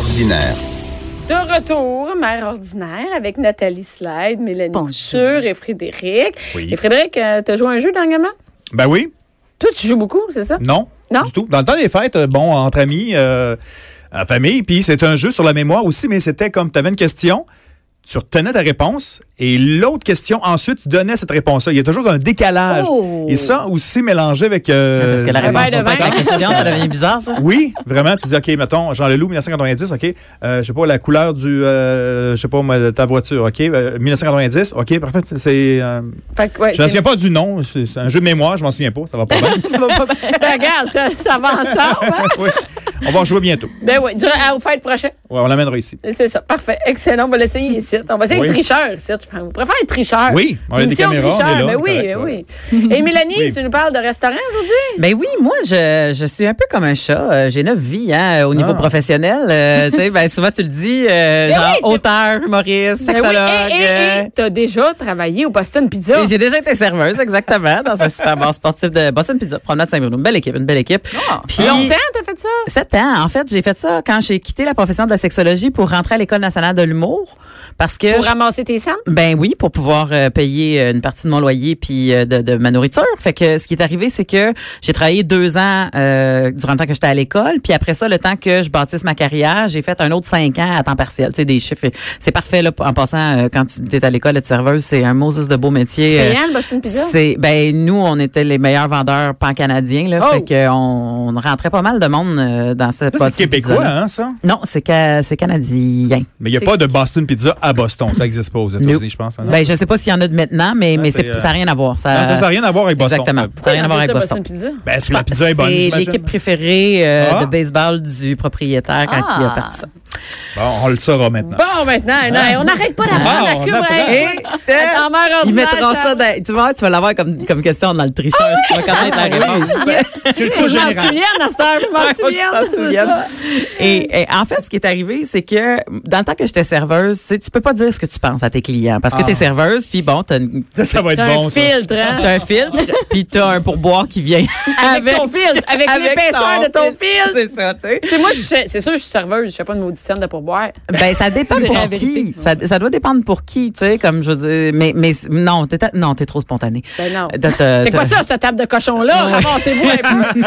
Ordinaire. De retour, mère ordinaire, avec Nathalie Slide, Mélanie Bonjour. Couture et Frédéric. Oui. Et Frédéric, euh, t'as joué à un jeu dernièrement? Ben oui, Toi, tu joues beaucoup, c'est ça? non, Non? du tout. Dans le temps des fêtes, euh, bon, entre amis, euh, en famille, puis c'est un jeu sur la mémoire aussi, mais c'était comme tu avais une question, tu retenais ta réponse, et l'autre question, ensuite, tu donnais cette réponse-là. Il y a toujours un décalage. Oh! Et ça aussi mélangé avec... euh, Parce que la Un verre réponse de sur vin. la question, ça devient bizarre, ça. Oui, vraiment. Tu dis, OK, mettons, Jean Leloup, 1990, OK. Euh, je sais pas, la couleur du, euh, je sais pas, moi, de ta voiture, OK. euh, 1990, OK, parfait. C'est, euh, Fait que, ouais, Ben, je ne me c'est- souviens pas du nom. C'est c'est un jeu de mémoire, je m'en souviens pas. Ça va pas bien. tu vas pas- Ben, regarde, ça, ça va ensemble. hein? Oui. On va en jouer bientôt. Ben oui, durant, à- aux fêtes prochaines. Ouais, on l'amènera ici. C'est ça, parfait. Excellent, on va l'essayer ici. On va essayer Oui. le tricheur ici. Je pense. On pourrait faire un Ah. tricheur. Oui, on a des Émission caméras, on est tricheur, là, ben oui, correct, ben ouais. oui. Et Mélanie, Oui. tu nous parles de restaurant aujourd'hui? Ben oui, moi, je, je suis un peu comme un chat. Euh, J'ai neuf vies hein, au niveau Ah. professionnel. Euh, tu sais, ben, souvent, tu le dis, euh, genre Eh oui, c'est- auteur, Ben humoriste, oui, eh. sexologue. hey, hey, hey, t'as déjà travaillé au Boston Pizza. euh, et euh, J'ai déjà été serveuse, exactement, dans un super bar sportif de Boston Pizza, promenade Saint-Bruno. Une belle équipe, une belle équipe. Ah, Puis, Longtemps, t'as fait ça? Sept ans. En fait, j'ai fait ça quand j'ai quitté la profession de la sexologie pour rentrer à l'École nationale de l'humour. Parce que Pour ramasser tes cendres? Ben oui, pour pouvoir euh, payer euh, une partie de mon loyer puis euh, de, de ma nourriture. Fait que ce qui est arrivé, c'est que j'ai travaillé deux ans euh, durant le temps que j'étais à l'école, puis après ça, le temps que je bâtisse ma carrière, j'ai fait un autre cinq ans à temps partiel. Tu sais, des chiffres, c'est parfait là. En passant, euh, quand tu es à l'école, être serveuse, c'est un Moses de beau métier. C'est Euh, payant, le Boston Pizza? c'est ben nous on était les meilleurs vendeurs pan canadiens là Oh! fait que on, on rentrait pas mal de monde euh, dans ce Ça, C'est québécois, hein, ça? Non, c'est ca- c'est canadien. Mais il n'y a C'est- pas de Boston Pizza à Boston. Ça n'existe pas aux États-Unis, Nope. je pense. hein, non? Ben je sais pas s'il y en a de maintenant mais Ah, mais c'est, c'est euh, ça n'a rien à voir. Ça, Non, ça n'a rien à voir avec Boston. Exactement. Euh, Ça n'a rien à voir avec Pourquoi Boston. ils appellent ça Boston Pizza? Ben, est-ce que la pizza est bonne, C'est j'imagine? l'équipe préférée euh, Ah. de baseball du propriétaire quand il a Ah. parti ça. Bon, on le saura maintenant. Bon, maintenant, non, hey, Hein? on n'arrête pas d'apprendre Ah, à on Cuba. apprend. hey. Attends, mère ordinaire, ils mettront ça- ça dans, tu vas tu vas l'avoir comme comme question dans le tricheur, Ah tu vas connaître la réponse. Ah, Culture Je m'en générale. souviens, à cette heure, je m'en souviens. Faut que tu c'est t'en souviennes. ça. Et, et en fait, ce qui est arrivé, c'est que dans le temps que j'étais serveuse, tu sais, tu peux pas dire ce que tu penses à tes clients Ah. parce que t'es serveuse, puis bon, t'as une- Ça, ça va être T'as un bon, ça. filtre, hein? t'as un filtre, puis t'as un pourboire qui vient Avec ton filtre, avec l'épaisseur ton de ton filtre. C'est ça, tu sais. Tu sais, moi, je sais- c'est sûr, je suis serveuse, je fais pas de maudite scène de pourboire. Ben, ça dépend C'est la pour vérité. qui. Ça, ça doit dépendre pour qui, tu sais, comme je veux dire. Mais, mais non, t'es, ta- non, t'es trop spontané. Ben non. T'as- t'as- C'est quoi t'as- ça, cette table de cochon-là? Ramassez-vous un peu.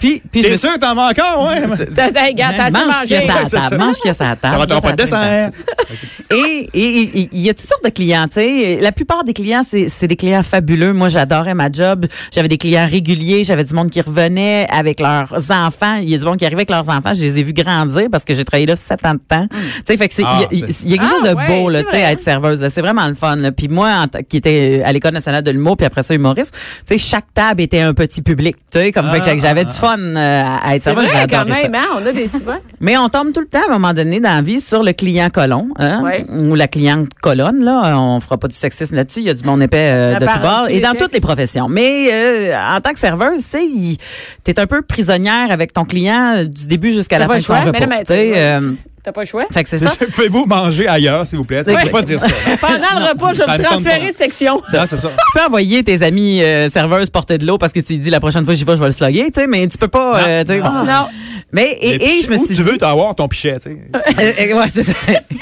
Puis, puis je me T'es suis- sûr que t'en vas encore, ouais? T'as- t'as- Regarde, t'as assez mange qu'il y mangé. a ça Ouais, à c'est ça. table. Mange qu'il y a ça à table. T'auras pas de Ah, Ça atteint dessert. Et et- et- et il y a toutes sortes de clients, tu sais. La plupart des clients, c'est c'est des clients fabuleux. Moi, j'adorais ma job. J'avais des clients réguliers. J'avais du monde qui revenait avec leurs enfants. Il y a du monde qui arrivait avec leurs enfants. Je les ai vus grandir parce que j'ai travaillé là sept ans de temps. Tu sais, fait que c'est il y a- Ah, il y, c'est- a quelque Hmm. Ah, chose de ouais, beau là, c'est tu sais, vrai. à être serveuse. là. C'est vraiment le fun. là. Puis moi, en tant- qui était euh, à l'école nationale de l'humour, puis après ça humoriste, tu sais, chaque table était un petit public. Tu sais, comme fait que j'avais du fun euh, à Ah, être C'est serveuse. vrai, quand J'adorais ça. même, hein, on a des petits verres. Mais on tombe tout le temps à un moment donné dans la vie sur le client colon hein, Ouais. ou la cliente colonne là, on fera pas du sexisme là-dessus, il y a du bon épais euh, La de tout parole, bord tous et les dans sexes. toutes les professions. Mais euh, en tant que serveuse, tu sais, il- t'es un peu prisonnière avec ton client euh, du début jusqu'à T'as la pas fin le de son choix, mais là, repas. mais tu t'es- sais, euh, T'as pas le choix? fait que c'est ça. Pouvez-vous manger ailleurs, s'il vous plaît? Tu Ouais. peux pas dire ça. Pendant le repas, je vais Ça me me tente transférer pas. de section. Non, c'est ça. Tu peux envoyer tes amis euh, serveuses porter de l'eau parce que tu dis la prochaine fois j'y vais, je vais le slugger, tu sais, mais tu peux pas. Non. euh, tu sais, bon. Non. Mais et, et je me suis Où tu dit- veux avoir ton pichet, tu sais. Euh, euh, ouais, c'est ça.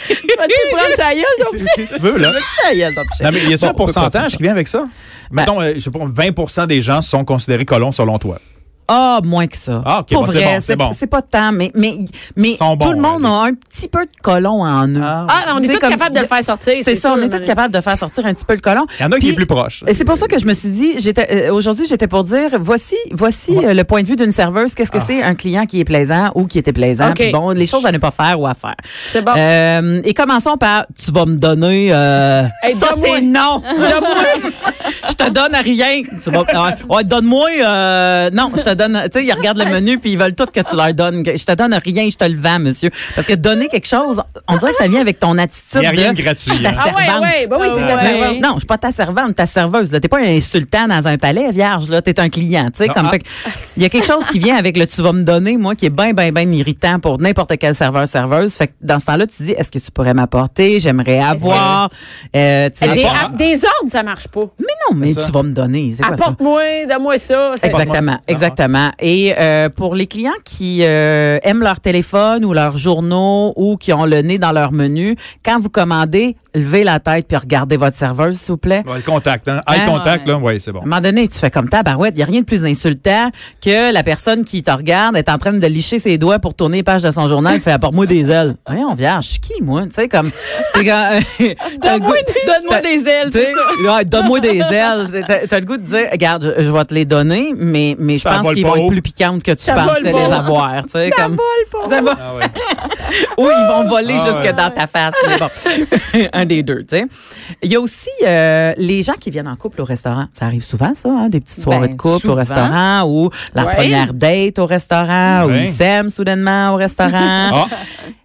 Vas-tu prendre sa gueule, donc? Si tu veux, là. Ça y est, ton pichet. Non, mais Bon, y a-tu un on peut pas faire pourcentage ça. qui vient avec ça? Mettons, euh, je sais pas, 20 des gens sont considérés colons selon toi. Ah, moins que ça. Ah, ok, Pour bon, c'est vrai, bon, c'est bon. C'est pas tant, mais, mais, mais Ils sont tout bons, le monde hein, a un petit peu de colon en eux. Ah, on est Tu sais, tous comme- capables de le faire sortir. C'est ça, sûr, on est tous Marie. capables de faire sortir un petit peu le colon. Il y en a qui est Puis- plus proche. Et c'est pour ça que je me suis dit, j'étais euh, aujourd'hui, j'étais pour dire, voici, voici euh, le point de vue d'une serveuse. Ah. Qu'est-ce que c'est un client qui est plaisant ou qui était plaisant Ok. Puis Bon, les choses à ne pas faire ou à faire. C'est bon. Euh, et commençons par, tu vas me donner. Euh, Hey, ça donne-moi. c'est non. je te donne rien. Tu vas- ouais, ouais, donne-moi. euh, non, je te donne. Tu sais, ils regardent le menu puis ils veulent tout que tu leur donnes. Je te donne rien, je te le vends, monsieur. Parce que donner quelque chose, on dirait que ça vient avec ton attitude. Il n'y a rien de, de gratuit. Je suis ta hein. Ah ouais, servante. ouais, bah oui, t'es Ben, ta servante. Non, je suis pas ta servante, ta serveuse. là. T'es pas un sultan dans un palais, vierge. Là, t'es un client. Tu sais, Non, comme ah. fait. que Il y a quelque chose qui vient avec le tu vas me donner, moi, qui est bien, bien, bien irritant pour n'importe quel serveur, serveuse. Fait que dans ce temps-là, tu dis, est-ce que tu pourrais m'apporter J'aimerais avoir. Euh, tu sais, Des, des- part- des ordres, ça marche pas. mais non, mais C'est ça. tu vas me donner. C'est quoi ça Apporte-moi, donne-moi ça. c'est- Exactement, Ah, Exactement. Et euh, pour les clients qui euh, aiment leur téléphone ou leurs journaux ou qui ont le nez dans leur menu, quand vous commandez, levez la tête puis regardez votre serveuse, s'il vous plaît. Ouais, le contact, hein? Eye Ah, contact, ouais. là, oui, c'est bon. À un moment donné, tu fais comme ta barouette. Il n'y a rien de plus insultant que la personne qui te regarde est en train de licher ses doigts pour tourner les pages de son journal et fait apporte-moi des ailes. Voyons, viens, je suis qui, moi? Tu sais, comme. t'es quand- t'as le goût- Donne-moi des ailes, tu sais, c'est ça. ouais, donne-moi des ailes. T'as- T'as le goût de dire, regarde, je, je vais te les donner, mais, mais je Ça pense vole qu'ils pas vont être haut. plus piquantes que tu Ça vole pensais pas les haut. avoir. Tu sais, Ça comme, vole pas. ça va- Ah, ouais. ou ils vont voler Ah jusque ouais. dans ta face. mais bon, un des deux, tu sais. Il y a aussi euh, les gens qui viennent en couple au restaurant. Ça arrive souvent, ça, hein, des petites soirées Ben, de couple au souvent. restaurant ou leur Ouais. première date au restaurant ou Ouais. ils s'aiment soudainement au restaurant.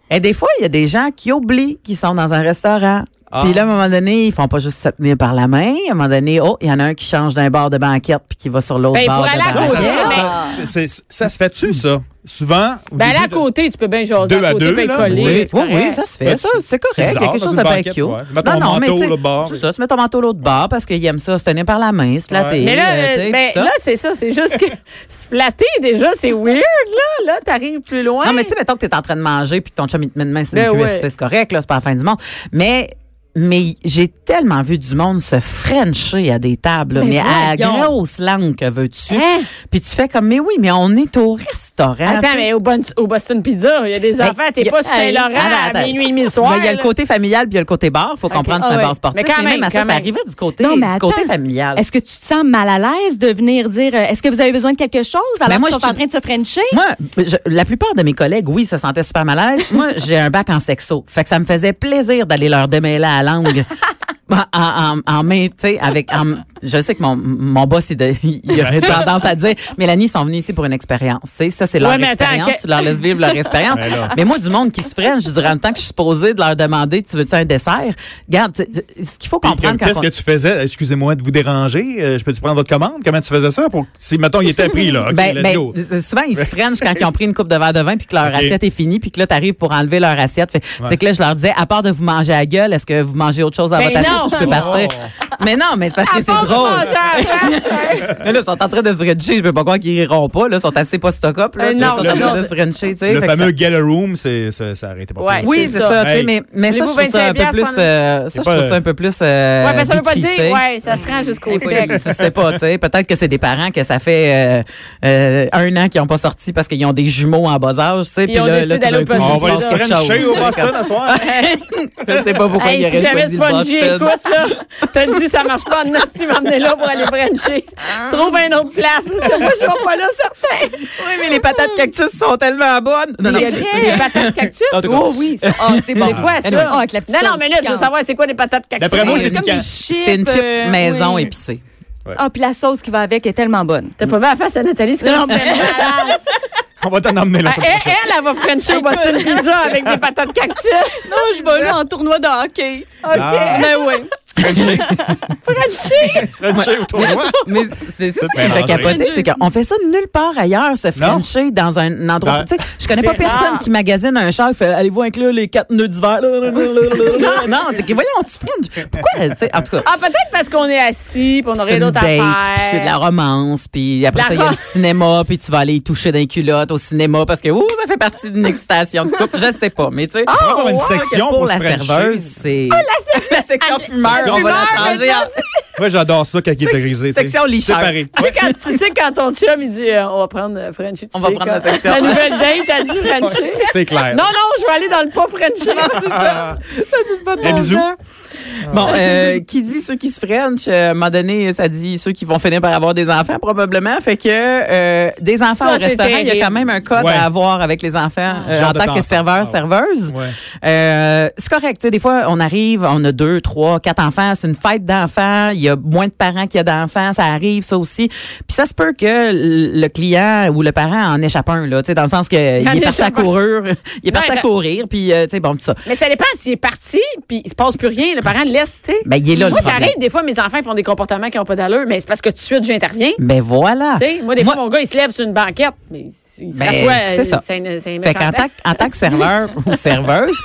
Ah, Et des fois, il y a des gens qui oublient qu'ils sont dans un restaurant. Ah. Puis là, à un moment donné, ils font pas juste se tenir par la main. À un moment donné, oh, il y en a un qui change d'un bord de banquette puis qui va sur l'autre Ben, bord pour de aller à Ah, ça, banquette. ça, côté, ça, ben- ça, c'est- c'est- ça se fait-tu, ça? Souvent. au Ben, début là, à de- côté, tu peux bien jaser Deux à à côté, deux, bien là. coller. Oui, c'est oui, oui, correct. ça se fait, ça, c'est correct. C'est Il y a quelque bizarre, chose dans de une bien banquette, cute. ouais. Mets ton manteau tu sais, l'autre bord. C'est ça, se mets ton manteau l'autre bord parce qu'il aime ça, se tenir par la main, se flatter. Ouais. Mais là, euh, tu sais, euh, ben, puis ça. là c'est ça. C'est juste que se flatter, déjà, c'est weird, là. Là, t'arrives plus loin. Non, mais tu sais, mettons que t'es en train de manger puis que ton chum, il te met une main sur Ben une cuisse, ouais. tu sais, c'est correct, là, c'est pas la fin du monde. Mais, mais j'ai tellement vu du monde se frencher à des tables, là, Ben mais à voyons. grosse langue que veux-tu. Hein? Puis tu fais comme, mais oui, mais on est au restaurant. tu Attends, sais. mais au, Bon- au Boston Pizza, il y a des affaires. T'es Ben, y a- pas sur Saint-Laurent à Attends, attends. minuit et demi soir. Mais Il y a le là. côté familial puis il y a le côté bar. faut comprendre Ah c'est un ouais. bar sportif. Mais quand mais même, à ça, quand ça même. arrivait du côté, Non, mais du côté attends. familial. Est-ce que tu te sens mal à l'aise de venir dire euh, est-ce que vous avez besoin de quelque chose alors Ben, moi, qu'ils sont je en train de se frencher? Moi, je- la plupart de mes collègues, oui, se sentaient super mal à l'aise. Moi, j'ai un bac en sexo. Fait que ça me faisait plaisir d'aller leur démêler à la langue. En, en, en main, tu sais, avec. en- je sais que mon, mon boss, il, de- il aurait tendance à dire Mélanie, ils sont venus ici pour une expérience. Tu sais, ça, c'est leur Ouais, mais attends, expérience. que- Tu leur laisses vivre leur expérience. Ben là. mais moi, du monde qui se freine, je dirais en même temps que je suis supposée de leur demander Tu veux-tu un dessert Regarde, tu- tu- ce qu'il faut Puis comprendre que- quand Qu'est-ce on- que tu faisais? Excusez-moi de vous déranger. euh, je peux-tu prendre votre commande? Comment tu faisais ça? Pour... Si, mettons, il était pris, là. OK, Ben, let's ben, go. c'est- souvent, ils se freinent quand ils ont pris une coupe de verre de vin puis que leur Ok. assiette est finie puis que là, t'arrives pour enlever leur assiette. Fait- C'est que là, je leur disais, à part de vous manger à gueule, est-ce que vous mangez autre chose dans Ben votre assiette non! ou je peux partir? Oh. Mais non, mais c'est parce que À part c'est de drôle. manger à la place, ouais. Là, ils sont en train de se frencher. Je peux pas croire qu'ils riront pas. Là, ils sont assez pas stock-up. Là, Euh, tu sais, ils non, sont en non, train de non. se frencher. tu sais. Le Fait que ça- fameux Gala Room, c'est- ça, ça arrêtait pas. Ouais. plus. oui, c'est ça. tu sais, Hey. mais mais ça, je Voulez-vous trouve ça un peu 25$ plus. pendant- euh, ça, je pas- trouve ça un peu plus. euh, Ouais, ben, ça veut pas bitchy, dire, tu sais. ouais, ça se rend jusqu'au Tu sexe. sais pas, tu sais. Peut-être que c'est des parents que ça fait euh, euh, un an qu'ils n'ont pas sorti parce qu'ils ont des jumeaux en bas âge, tu sais. Puis Puis on là, décide là, tout d'aller d'un au Boston. coup, il On se va aller passe se quelque chose. frencher au Boston à soir. Je sais pas pourquoi il Hey, si aurait jamais choisi le Spongy Boston. écoute, là, t'as dit ça marche pas, non, si tu m'emmenais là pour aller brancher. Trouve une autre place, parce que moi, je vais pas là, certain. Ah. Oui, mais les patates cactus sont tellement bonnes. Non, non. Il y a des des patates cactus. En tout cas. Oh oui, ça- ah, c'est bon. C'est quoi ça? Anyway. Ah, avec la petite non, non, sauce mais là, je veux piquante. savoir, c'est quoi des patates cactus? D'après moi, c'est comme piquant. une C'est une chip, chip euh, maison oui. épicée. Ah, puis la sauce qui va avec est tellement bonne. T'as pas vu la face à Nathalie, c'est Non, comme mais- malade. Ah, On va t'en emmener là. Elle, Ah, elle, elle va frencher au Boston Pizza avec des patates cactus. Non, je vais là en tournoi de hockey. Ah. Mais oui. eh, Frencher! Frencher autour de moi. Mais c'est c'est ça qui me fait mélangé. capoter, c'est qu'on fait ça nulle part ailleurs, se Non. Ben, frencher dans un endroit. Dans- Tu sais, je connais pas C'est personne rare. qui magasine un char et fait Allez-vous inclure les quatre nœuds d'hiver? non, non, t'es- voyons, on se fringe. Pourquoi? tu sais, En tout cas. Ah, peut-être parce qu'on est assis, puis on C'est aurait une d'autres date, puis c'est de la affaires. romance, puis après La ça, il y a le ro- cinéma, puis tu vas aller y toucher d'un culotte au cinéma parce que ouh, ça fait partie d'une excitation de couple. Je sais pas, mais tu sais. On Oh, va avoir Ah, une je crois que section pour pour la se frencher. serveuse, c'est. Ah, la section fumeur, section on va la fumeur, changer. en- Moi, j'adore ça quand il est Sec- grisé. section licheur. Séparé. Tu sais, quand, tu sais, quand ton chum, il dit euh, On va prendre euh, Frenchie. tu On va sais, prendre la quand- section. La nouvelle date, t'as dit Frenchie. C'est clair. Non, non, je vais aller dans le pas Frenchie. Des bisous. hein? Ah. Bon, euh, qui dit ceux qui se French, euh, à un moment donné, ça dit ceux qui vont finir par avoir des enfants, probablement. Fait que euh, des enfants Ça, au c'est restaurant, il y a terrible. quand même un code Ouais. Ah. à avoir avec les enfants euh, Genre en de tant que temps. serveur, Ah serveuse. Ouais. Euh, c'est correct. tu sais, Des fois, on arrive, on a deux, trois, quatre enfants. C'est une fête d'enfants. Il y a moins de parents qu'il y a d'enfants. Ça arrive, ça aussi. Puis ça se peut que le le client ou le parent en échappe un, là, tu sais, dans le sens qu'il est en parti à échappe un. courir. Il est parti Ouais, à ben- courir. Puis, euh, tu sais, bon, tout ça. Mais ça dépend s'il est parti, puis il se passe plus rien. Le parent le laisse, tu sais. Ben, il est là, le Moi, ça problème. arrive, des fois, mes enfants ils font des comportements qui n'ont pas d'allure, mais c'est parce que tout de suite, j'interviens. Ben voilà. Tu sais, moi, des fois, mon gars, il se lève sur une banquette, mais il se Ben, rassoit, c'est ça. euh, C'est un, c'est un Fait méchant temps. qu'en tant, que- en tant que serveur ou serveuse,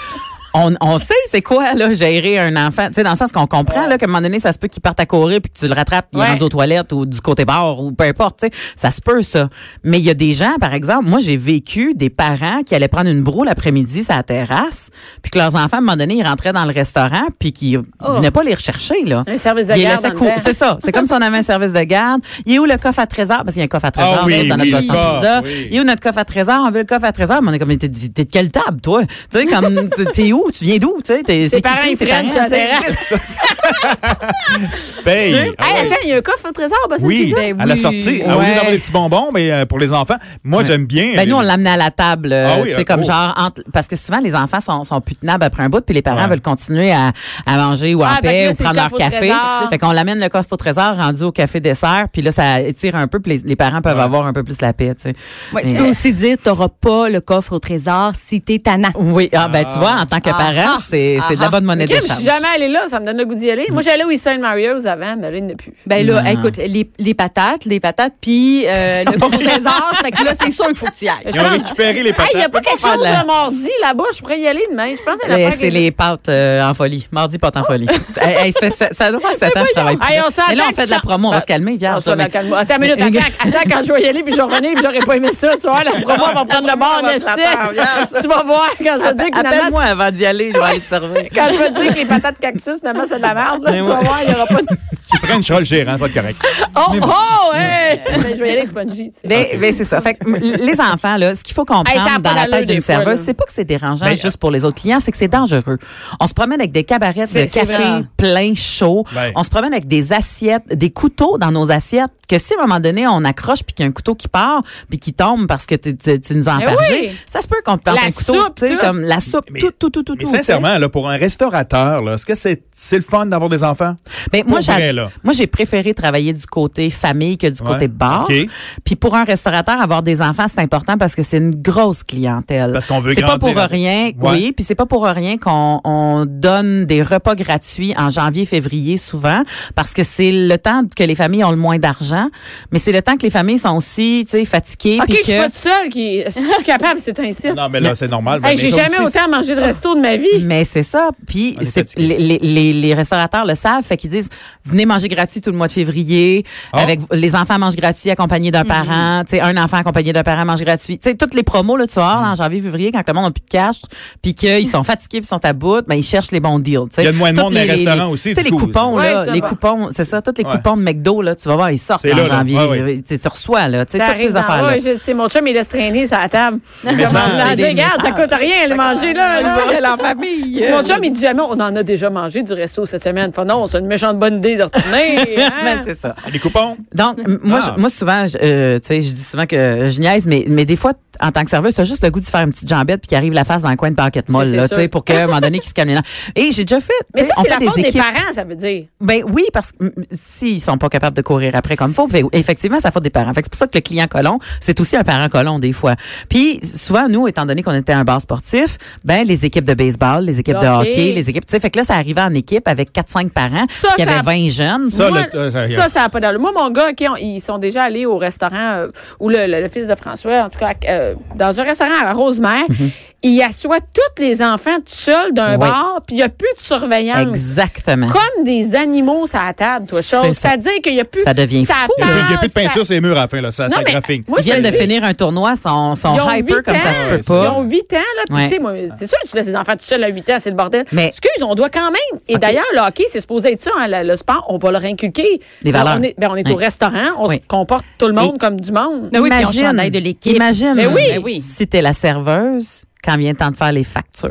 on, on sait c'est quoi là gérer un enfant, tu sais dans le sens qu'on comprend là qu'à un moment donné ça se peut qu'il parte à courir puis que tu le rattrapes, il est Ouais. rendu aux toilettes ou du côté bar ou peu importe, tu sais, ça se peut ça. Mais il y a des gens par exemple, moi j'ai vécu des parents qui allaient prendre une broue l'après-midi sur la terrasse, puis que leurs enfants à un moment donné ils rentraient dans le restaurant puis qu'ils venaient pas les rechercher là. Oh. Un service de Ils les garde laissaient en cou- dedans. C'est ça. C'est comme si on avait un service de garde. Il est où le coffre à trésor? Parce qu'il y a un coffre à trésor Ah oui, dans notre oui, Boston coffre, Pizza. oui. Il est où notre coffre à trésor? On veut le coffre à trésor. Mais on est comme, t'es, t'es- t'es de quelle table, toi? Tu sais, comme, t'es- t'es où? Tu viens d'où? Tu sais, t'es, c'est qui, parents, tu sais, ils tes prennent parents, sur la tu sais? terrasse. Paye. Ah Hein? Hey, ouais. attends, il y a un coffre au trésor, bah, c'est Oui, bizarre. Ben à la sortie, Ah, au lieu Ouais. d'avoir des petits bonbons, mais euh, pour les enfants, moi j'aime bien. euh, Ben, nous, on les- l'amenait à la table, euh, Ah oui, tu sais, euh, comme oh. genre, entre- parce que souvent, les enfants sont, sont plus tenables après un bout, puis les parents Ouais. veulent continuer à, à manger ou en Ah, fait que paix là, ou c'est prendre le leur coffre au café. trésor. Fait qu'on l'amène le coffre au trésor rendu au café dessert, puis là, ça étire un peu, puis les, les parents peuvent avoir un peu plus la paix, tu sais. Ouais, tu Mais- peux aussi dire, t'auras pas le coffre au trésor si t'es tannant. Oui, ah, ben tu vois, en tant que Ah. parent, Ah. c'est c'est de la Ah. bonne monnaie Ok, mais je d'échange. suis jamais allée là, ça me donne le goût d'y aller. Moi, j'allais au East St. Mario's avant, mais là, il n'y en a plus. Ben là, Non. écoute, les, les patates, les patates, puis euh, le coffre au trésor, fait que là, c'est sûr qu'il faut que tu y ailles. Ils ont récupéré les Hey, patates. il n'y a pas quelque faire chose de la- de mordi là-bas, je pourrais y aller demain. Je pense que Ouais, la c'est les pâtes euh, en folie. Mardi, pâtes en folie. Hey, hey, ça, fait sept- ça doit faire 7 ans que je travaille plus. Hey, on mais là, on s'entend fait de la que- promo, on va se calmer, Non, vierge. c'est pas là, dans mais- le calme. Attends une minute, attends, attends quand je vais y aller puis je vais revenir puis j'aurais pas aimé ça, tu vois, la promo elle va prendre le bord, Nessie. Tu vas voir quand je vais dire que finalement, Appelle-moi avant d'y aller, je vais aller te servir. quand je vais te dire que les patates cactus, finalement, c'est de la merde, là, Mais tu vas ouais. voir, il n'y aura pas de... Tu frencheras le gérant, ça va être correct. Oh, oh, hey! Ben, je vais y aller avec Spongy, tu sais. Mais, mais Ben, c'est ça. Fait que, m- les enfants, là, ce qu'il faut comprendre Hey, ça a pas dans la d'allure tête des d'une fois, serveuse, là. c'est pas que c'est dérangeant Ben, juste pour les autres clients, c'est que c'est dangereux. On se promène avec des cabarets de C'est- c'est café vrai. plein chaud. Ben. On se promène avec des assiettes, des couteaux dans nos assiettes. Que si à un moment donné, on accroche puis qu'il y a un couteau qui part puis qui tombe parce que tu- tu tu nous as Eh enfargé, oui. ça se peut qu'on te plante La un couteau. soupe, tu sais, tout. comme la soupe, Mais- tout, tout, tout, tout. Mais tout, sincèrement, là, pour un restaurateur, là, est-ce que c'est c'est le fun d'avoir des enfants? Ben, moi, Pour vrai, j'ai, là. moi, j'ai préféré travailler du côté famille que du Ouais. côté bar. OK. Puis pour un restaurateur, avoir des enfants, c'est important parce que c'est une grosse clientèle. Parce qu'on veut C'est pas pour grandir avec. rien, Ouais. oui. Puis c'est pas pour rien qu'on on donne des repas gratuits en janvier, février, souvent, parce que c'est le temps que les familles ont le moins d'argent, mais c'est le temps que les familles sont aussi, tu sais, fatiguées. OK, puis je suis que- pas toute seule qui... Je suis capable, c'est ainsi. Non, mais là, c'est normal. Ben, Hey, Mais j'ai comme jamais si- autant mangé de resto de ma vie. Mais c'est ça. Puis On est c'est- fatigué. les, les- les- les restaurateurs le savent, fait qu'ils disent venez manger gratuit tout le mois de février. Ah. Avec les enfants mangent gratuit accompagnés d'un Mm-hmm. parent. Tu sais, un enfant accompagné d'un parent mange gratuit. Tu sais, toutes les promos là, tu vois, en janvier, février, quand le monde n'a plus de cash, puis qu'ils sont fatigués, puis ils sont à bout, ben ils cherchent les bons deals. tu sais. Il y a de moins de Toutes monde dans les restaurants aussi, Tu sais, les du coup. coupons Ouais, là, ça les va. coupons, c'est ça. Toutes les Ouais. coupons de McDo là, tu vas voir, ils sortent C'est en là, là. janvier. Ouais, ouais. Tu sais, tu reçois là, tu sais, toutes ces T'arrives dans- affaires là. Ouais, je- c'est mon chum, il laisse traîner sur la table. Mais ça- Comment ça, des regarde, ça messages. coûte rien, le manger, là. là. en famille. C'est mon chum, il dit jamais, on en a déjà mangé du resto cette semaine. Fait, non, c'est une méchante bonne idée de retourner. hein. Ben, c'est ça. Les coupons? Donc, m- moi, Ah. je- moi souvent, je, euh, tu sais, je dis souvent que je niaise, mais, mais des fois, t- en tant que serveuse, t'as juste le goût de faire une petite jambette puis qu'il arrive la face dans le coin de parquet molle, c'est là, tu sais, sûr. pour qu'à un moment donné, qu'il se calme les nerfs. Et j'ai déjà fait, Mais tu sais, ça, on c'est fait la faute des des, équipes. parents, ça veut dire. Ben oui, parce que mm, s'ils sont pas capables de courir après comme faut, fait- effectivement, ça faute des parents. Fait que c'est pour ça que le client colon, c'est aussi un parent colon des fois. Puis souvent, nous, étant donné qu'on était un bar sportif, ben les équipes de baseball, les équipes de Hockey. hockey, les équipes, tu sais, fait que là, ça arrivait en équipe avec 4-5 parents Ça, qui ça- avaient 20 jeunes. Ça, Moi, le- euh, ça, ça, ça a pas d'allure. Moi, mon gars, OK, on- ils sont déjà allés au restaurant euh, où le, le- le fils de François, en tout cas, euh, dans un restaurant à la Rosemère, Mhm. il assoit tous les enfants tout seuls d'un Ouais. bar, puis il n'y a plus de surveillance. Exactement. Comme des animaux sur la table, toi, C'est chose. ça. C'est-à-dire qu'il n'y a plus... Ça devient ça fou. Il n'y a, plus- il y a plus de passe, peinture, ça- c'est murs à la fin, là. Ça, Non, ça mais graphine. moi, Ils je te viennent de le dis, finir un tournoi, sont, sont Ils ont hyper huit comme ça ans. se peut Ils pas. ont 8 ans, là. Puis, Ouais. tu sais, moi, c'est sûr, que tu laisses les enfants tout seuls à 8 ans, c'est le bordel. Mais- Excuse, on doit quand même. Et d'ailleurs, le hockey, c'est supposé être ça, hein, le, le sport, on va leur inculquer. Des valeurs. On est, ben, on est au Ouais. restaurant, on Oui. se comporte tout le monde Et- comme du monde. Mais oui, puis on chandail de l'équipe. Imagine, Mais Ben oui. Ben si t'es la serveuse, quand vient le temps de faire les factures.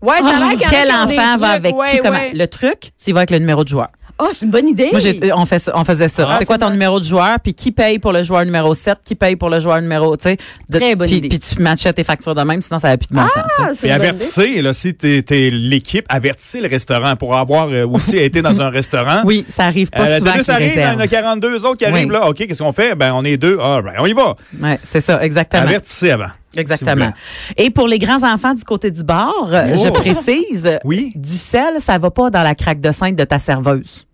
Ouais, Ah, ça a l'air qu'il y en a Oh, quel qui ont des enfant va trucs, avec ouais, qui? Comment? ouais. Le truc, c'est il va avec le numéro de joueur. Oh, c'est une bonne idée. Moi, j'ai- euh, on, fait ça- on faisait ça. Ah, c'est c'est quoi ton bon. numéro de joueur? Puis qui paye pour le joueur numéro 7? Qui paye pour le joueur numéro... tu sais, de- Très bonne puis, idée. Puis tu matchais tes factures de même, sinon ça n'avait plus de bon sens. tu sais. Ah, c'est Puis une bonne avertissez, là, si t'es t'es l'équipe, avertissez le restaurant pour avoir euh, aussi été dans un restaurant. Oui, ça arrive pas Euh, souvent l'autobus qu'ils arrive, il y en réservent. a 42 autres qui Oui. arrivent là. OK, qu'est-ce qu'on fait? Ben, on est deux. Ah, ben, on y va. Ouais, c'est ça, exactement. Avertissez avant. s'il vous Exactement. plaît. Et pour les grands-enfants du côté du bar, euh, Oh. je précise, Oui. du sel, ça va pas dans la craque de scène de ta serveuse.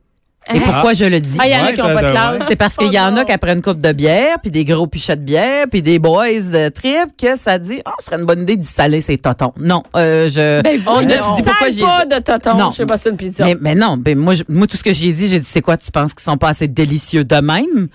Et pourquoi je le dis? Ah, il y en a Ouais, qui n'ont pas de ouais. classe. C'est parce qu'il y en Oh a non. qui après une coupe de bière, puis des gros pichets de bière, puis des boys de trip, que ça dit, oh, ce serait une bonne idée d'y saler ses totons. Non, euh, je... Ben, On Là, ne tu dis pourquoi sale j'ai pas dit. de toton Non. chez Boston Pizza. mais, mais non, ben moi, je- moi, tout ce que j'ai dit, j'ai dit, c'est quoi, tu penses qu'ils sont pas assez délicieux de même?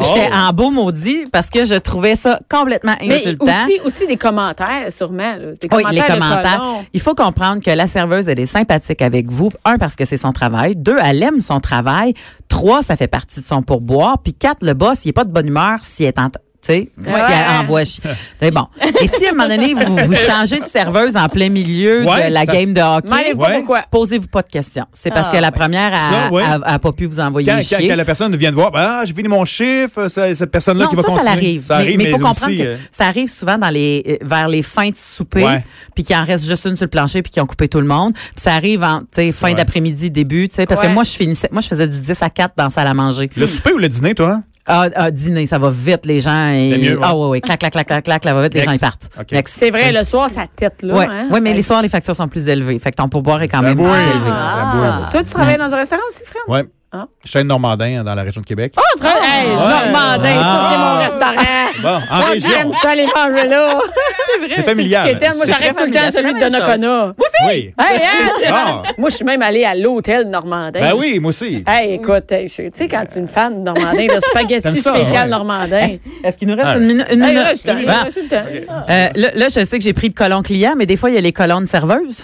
J'étais Oh. en beau maudit parce que je trouvais ça complètement Mais insultant. aussi, aussi des commentaires, sûrement. là. Des Ah Oui, commentaires les de commentaires. colons. Il faut comprendre que la serveuse, elle est sympathique avec vous. Un, parce que c'est son travail. Deux, elle aime son travail. Trois, ça fait partie de son pourboire. Puis quatre, le boss, il n'est pas de bonne humeur s'il est en... tu sais, Si elle envoie chi- C'est bon. Et si à un moment donné, vous, vous changez de serveuse en plein milieu Ouais, de la ça- game de hockey, Mêlez-vous Ouais. pas pourquoi. posez-vous pas de questions. C'est parce Ah, que la ouais. première Ça, ouais. n'a pas pu vous envoyer Quand, quand- chier. quand la personne vient de voir, ben, ah, j'ai fini mon chiffre, c'est cette personne-là Non, qui va ça, continuer. ça arrive. Ça arrive, mais mais, il faut comprendre aussi, que euh, ça arrive souvent dans les, euh, vers les fins de souper, Ouais. puis qu'il en reste juste une sur le plancher, puis qu'ils ont coupé tout le monde. Puis ça arrive en tu sais, fin Ouais. d'après-midi, début, tu sais, parce Ouais. que moi, je finissais, moi, je faisais du 10 à 4 dans la salle à manger. le souper ou le dîner, toi? Ah, ah, dîner, ça va vite, les gens. C'est Et, mieux, ouais. Ah, ouais, ouais, clac, clac, clac, clac, clac, ça va vite, les Next. gens, ils partent. OK. Next. C'est vrai, le soir, ça tête là. Ouais, hein, ouais, mais ça- les soirs, les factures sont plus élevées. Fait que ton pourboire est quand même Ah, plus oui. élevé. Ah, Ah. Toi, tu travailles dans un restaurant aussi, frère? Ouais. Ah. Chaîne Normandin hein, dans la région de Québec. Oh, tra- hey, Ouais. Normandin, ça, c'est mon Ah. restaurant. Bon, en Moi, région. J'aime ça, les manger là. C'est vrai. C'est familial. Moi, C'est j'arrête tout très le temps familial. celui C'est de la même Donnacona. Oui. Hey, hey, Ah. Moi, je suis même allée à l'hôtel Normandin. Ben oui, moi aussi. Hey, écoute, hey, je- tu sais, quand tu es une fan de Normandin, le T'aimes spaghetti ça, spécial ouais. Normandin. Est-ce qu'il nous reste Ah. une minute? Une Hey, minute? reste, Bon. reste le temps. Euh, là, là, je sais que j'ai pris le colon client, mais des fois, il y a les colonnes serveuses.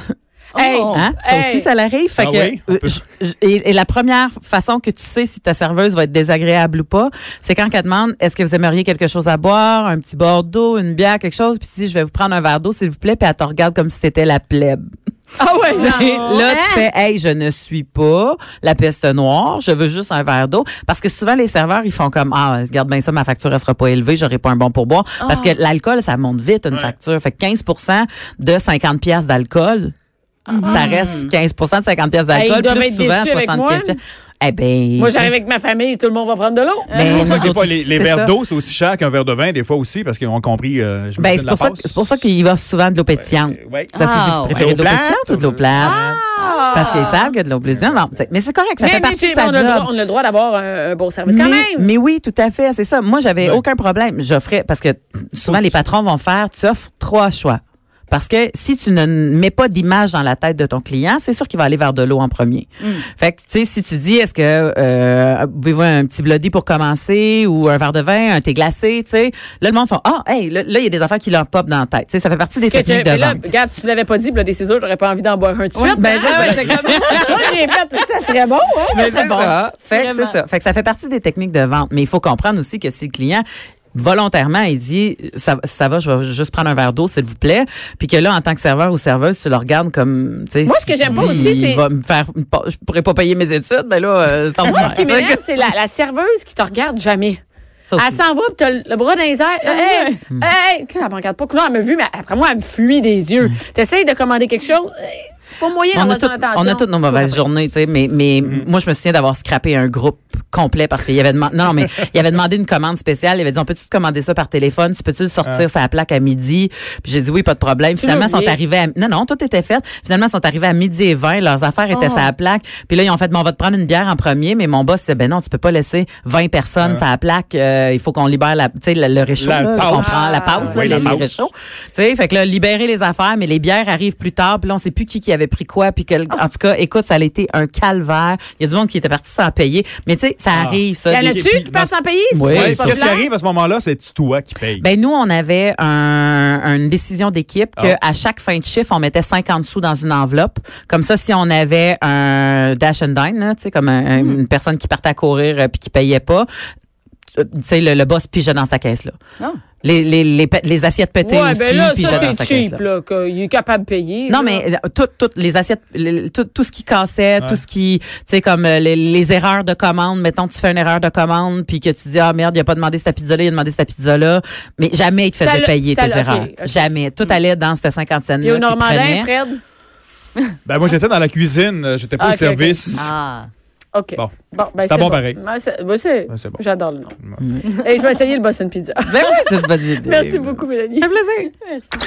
Hey, Oh. Hein? Ça Hey. aussi, ça l'arrive. Fait Ah que, oui, on euh, peut- je- je- et, et la première façon que tu sais si ta serveuse va être désagréable ou pas, c'est quand elle demande est-ce que vous aimeriez quelque chose à boire, un petit verre d'eau, une bière, quelque chose, puis tu dis je vais vous prendre un verre d'eau, s'il vous plaît, puis elle te regarde comme si t'étais la plèbe. Ah ouais, Et non. là, Hein? tu fais hey, je ne suis pas la peste noire, je veux juste un verre d'eau. Parce que souvent, les serveurs, ils font comme ah, regarde bien ça, ma facture, elle sera pas élevée, j'aurai pas un bon pourboire. Parce Ah. que l'alcool, ça monte vite, une facture. Fait que 15 de 50 pièces d'alcool, ça reste 15 de 50 pièces Ah. Hey, ils d'alcool, doivent plus être souvent déçus avec 75 moi. piastres. Eh ben, Moi, j'arrive avec ma famille, tout le monde va prendre de l'eau. ben, C'est pour ça nous que des fois, autres, les, les c'est ça. verres d'eau, c'est aussi cher qu'un verre de vin, des fois aussi, parce qu'ils ont compris. euh, je Ben, me c'est pour, ça que- c'est pour ça qu'ils offrent souvent de l'eau pétillante. Ouais. Parce qu'ils disent, Ah, vous ouais. préférez de l'eau L'eau pétillante ou de l'eau plate? Parce qu'ils savent que de l'eau pétillante, bon, tu sais, mais c'est correct, Ah! ça Mais- fait mais partie c'est- de sa on, a le job. droit, on a le droit d'avoir euh, un, un bon service quand mais, même. mais oui, tout à fait, c'est ça. Moi, j'avais Ouais. aucun problème. J'offrais parce que souvent les patrons vont faire, tu offres trois choix. Parce que si tu ne mets pas d'image dans la tête de ton client, c'est sûr qu'il va aller vers de l'eau en premier. Mm. Fait que, tu sais, si tu dis, est-ce que euh, buvez-vous un petit bloody pour commencer ou un verre de vin, un thé glacé, tu sais, là, le monde fait, ah, hey, là, là, il y a des affaires qui leur pop dans la tête. Tu sais, ça fait partie des Que tu- techniques de mais là, vente. regarde, si tu l'avais pas dit, là, des ciseaux, j'aurais pas envie d'en boire un tout de Ouais, suite. ben, c'est Ah ça. ouais, c'est comme- Moi, j'ai fait, ça serait bon, hein? Mais c'est ça. Fait que c'est Vraiment. ça. Fait que ça fait partie des techniques de vente. Mais il faut comprendre aussi que si le client volontairement, il dit ça, ça va, je vais juste prendre un verre d'eau, s'il vous plaît. Puis que là, en tant que serveur ou serveuse, tu le regardes comme, tu sais, Moi, ce que si j'aime tu pas dis, aussi, il c'est- va me faire, pas- je pourrais pas payer mes études, mais là, euh, c'est Moi, ce qui ordinaire. m'énerve, c'est la, la serveuse qui te regarde jamais. Ça aussi. Elle s'en va, puis t'as le le bras dans les Ah, airs. Hey, hey, hey. Elle me regarde pas. Couleur, elle me vu, mais après moi, elle me fuit des yeux. T'essayes de commander quelque chose. hey, Pas moyen on a, d'avoir tout- son attention. on a toutes nos mauvaises journées, tu sais, mais, mais Mm-hmm. moi, je me souviens d'avoir scrappé un groupe complet parce qu'il y avait demandé, non, non, mais il avait demandé une commande spéciale. Il avait dit, on peut-tu te commander ça par téléphone? Tu peux-tu le Ah. sortir sur la plaque à midi? Puis j'ai dit, oui, pas de problème. Finalement, ils sont l'oublies. arrivés à, non, non, tout était fait. Finalement, ils sont arrivés à midi et 20. Leurs affaires étaient Oh. sur la plaque. Puis là, ils ont fait, bon, on va te prendre une bière en premier, mais mon boss, c'est, ben non, tu peux pas laisser 20 personnes sur la plaque. Euh, il faut qu'on libère la, tu sais, le, le réchaud, Ah. La là, pause. qu'on prend la pause, Oui, là, la les- les pause. réchauds. Tu sais, fait que là, libérer les affaires, mais les bières arrivent plus tard, puis là, on sait plus qui qui avait pris quoi, puis que, en tout cas, écoute, ça a été un calvaire. Il y a du monde qui était parti sans payer, mais tu sais, ça arrive, ça. Y en des- a-tu qui passent en pays? Oui. Ouais, c'est pas Qu'est-ce qui clair. arrive à ce moment-là? C'est toi qui paye. Ben nous, on avait un- une décision d'équipe que à chaque fin de chiffre, on mettait 50 sous dans une enveloppe. Comme ça, si on avait un dash and dine, là, tu sais, comme un- un- une personne qui partait à courir euh, puis qui payait pas, euh, tu sais, le, le boss pigeait dans sa caisse là. Ah. Les, les, les, pe- les assiettes pétées Ouais, aussi ben là, pigeaient ça, dans sa c'est caisse. cheap, là. là, qu'il est capable de payer. là. Non, mais euh, tout- toutes les assiettes, le- le- tout, tout ce qui cassait, tout ce qui, tu sais, comme euh, les, les erreurs de commande. Mettons, tu fais une erreur de commande, puis que tu dis, ah merde, il a pas demandé cette pizza-là, il a demandé cette pizza-là. Mais jamais il te Ça faisait le- payer ça tes le- ok, erreurs. ok. Jamais. Tout allait dans cette cinquantaine Puis au là Normandin, Fred. Ben, ah. moi, j'étais dans la cuisine, euh, j'étais pas Ah, au ok, service. Ah. OK. Bon. ben, C'est bon pareil. Ben, c'est ben, c'est- Ben, c'est bon. J'adore le nom. Et je vais essayer le Boston Pizza. Ben oui, c'est une bonne idée. Merci beaucoup, Mélanie. Un plaisir.